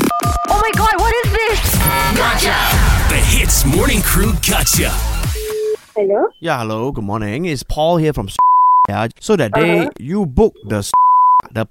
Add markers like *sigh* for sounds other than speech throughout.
Oh my god, what is this? The Hits Morning Crew Gotcha. Hello? Yeah, hello, good morning. It's Paul here from *laughs* yeah. So that day Uh-huh. you booked the *laughs* the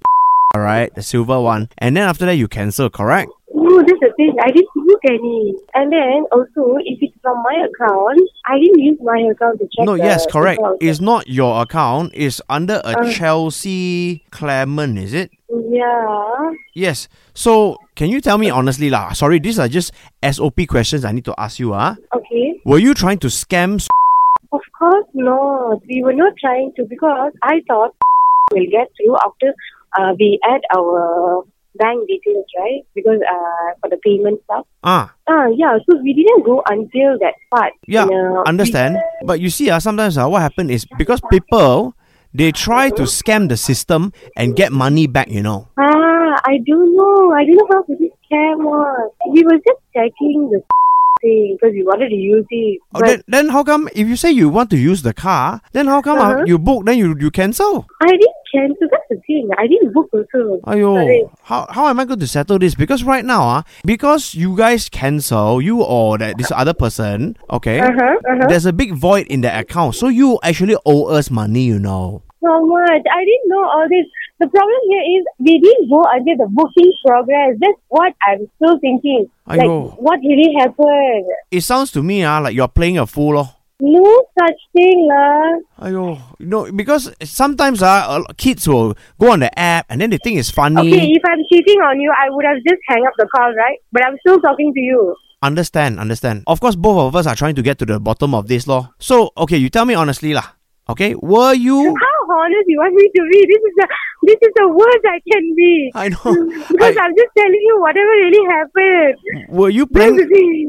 alright, the silver one, and then after that you cancel, correct? No, that's the thing. I didn't book any. And then also, if it's from my account, I didn't use my account to check. No, the yes, Uh-huh. correct. account. It's not your account. It's under a Uh. Chelsea Clement, is it? yeah. Yes. So can you tell me honestly, lah? Sorry, these are just SOP questions I need to ask you. Ah, Okay. were you trying to scam? *laughs* Of course not. We were not trying to because I thought *laughs* we'll get through after uh, we add our bank details, right? Because uh, for the payment stuff. Ah, Ah, yeah. So we didn't go until that part. uh, yeah, You know, understand. But you see, ah, sometimes ah, what happen is because people they try to scam the system and get money back. You know. we- ah, I don't know. I don't know how this scam was. We were just checking the *laughs* thing because we wanted to use it. Oh, but then, then how come if you say you want to use the car, then how come ah, Uh-huh. you book then you, you cancel? I didn't cancel. That's the thing. I didn't book also. Sorry. Ayo, how, how am I going to settle this? Because right now, ah, because you guys cancel, you or that this other person, okay, Uh-huh, uh-huh. there's a big void in the account. So you actually owe us money, you know. So much. I didn't know all this. The problem here is we didn't go under the booking progress. That's what I'm still thinking. Aiyo. Like, what really happened? It sounds to me ah, like you're playing a fool. Oh. No such thing, lah. Ayo, you know, because sometimes ah, a lot- kids will go on the app and then they think it's funny. Okay, if I'm cheating on you, I would have just hang up the call, right? But I'm still talking to you. Understand, understand. Of course, both of us are trying to get to the bottom of this, law. So, okay, you tell me honestly, lah. Okay, *laughs* were you? How honest you want me to be? This is the this is the worst I can be. *laughs* I *laughs* know. Because I- I'm just telling you whatever really happened. were you playing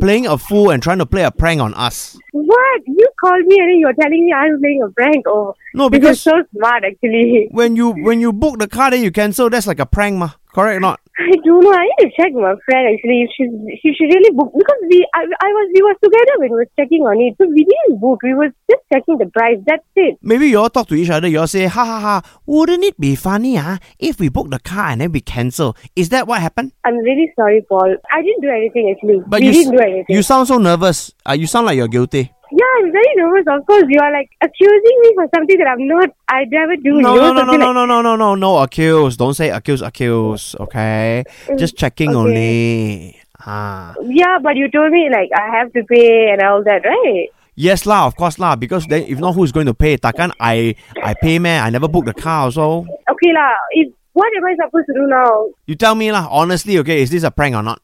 playing a fool and trying to play a prank on us? What? You called me and then you're telling me I'm playing a prank. Oh, No, this is because so smart actually. *laughs* when you when you book the car, then you cancel. That's like a prank, ma. Correct or not? I don't know. I need to check my friend actually. If she she she really booked because we I, I was we was together when we were checking on it. So we didn't book. We was just checking the price. That's it. Maybe you all talk to each other. You all say, ha ha ha. Wouldn't it be funny, ah, if we book the car and then we cancel? Is that what happened? I'm really sorry, Paul. I didn't do anything actually. But we you s- didn't do anything. you sound so nervous. Uh, you sound like you're guilty. yeah, I'm very nervous. Of course, you are like accusing me for something that I'm not. I never do. No, you know, no, no, no, something no, like- no, no, no, no, no, accuse. Don't say accuse, accuse, okay? Just checking okay. only. Ah. Yeah, but you told me like I have to pay and all that, right? Yes lah, of course lah, because then if not, who's going to pay? Takan, I I pay man, I never book the car also. Okay lah. If what am I supposed to do now? You tell me lah, honestly, okay, is this a prank or not?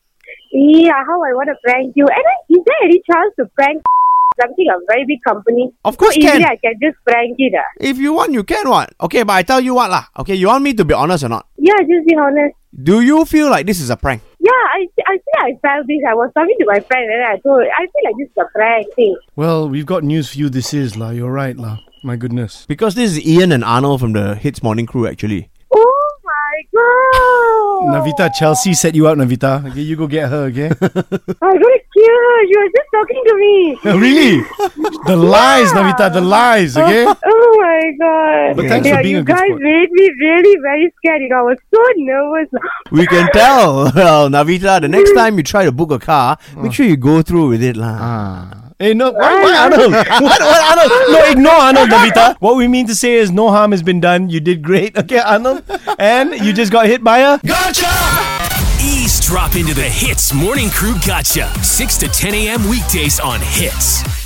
Yeah, uh, how I want to prank you. And I, is there any chance to prank *laughs* something a very big company? Of course so easily can. I can just prank it. Ah. If you want, you can what? Okay, but I tell you what lah, okay, you want me to be honest or not? Yeah, just be honest. Do you feel like this is a prank? Yeah, I I feel I felt this. I was talking to my friend and I told I feel like this is a prank thing. Well, we've got news for you. This is La. You're right, La. My goodness. Because this is Ian and Arnold from the Hits Morning Crew actually. Oh my god! Navita, Chelsea set you out, Navita. Okay, you go get her, *laughs* okay? I'm gonna kill her. Oh, You were just talking to me. really? The lies, Navita, the lies, okay? *laughs* Oh my god! But thanks yeah, for being you a good guys sport. made me really very scared. You know, I was so nervous. We can tell. *laughs* Well, Navita, the next time you try to book a car, make sure you go through with it lah. Hey, no, why, why Arnold? What, what, Arnold? No, ignore Arnold, Navita. What we mean to say is no harm has been done. You did great, okay, Arnold? And you just got hit by a. Eavesdrop into the Hits Morning Crew Gotcha. 6 to 10 a.m. weekdays on Hits.